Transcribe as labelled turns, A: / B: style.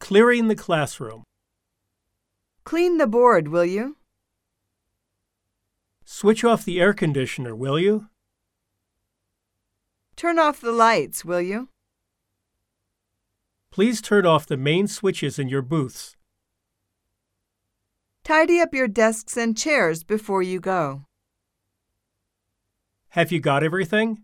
A: Clearing the classroom.
B: Clean the board, will you?
A: Switch off the air conditioner, will you?
B: Turn off the lights, will you?
A: Please turn off the main switches in your booths.
B: Tidy up your desks and chairs before you go.
A: Have you got everything?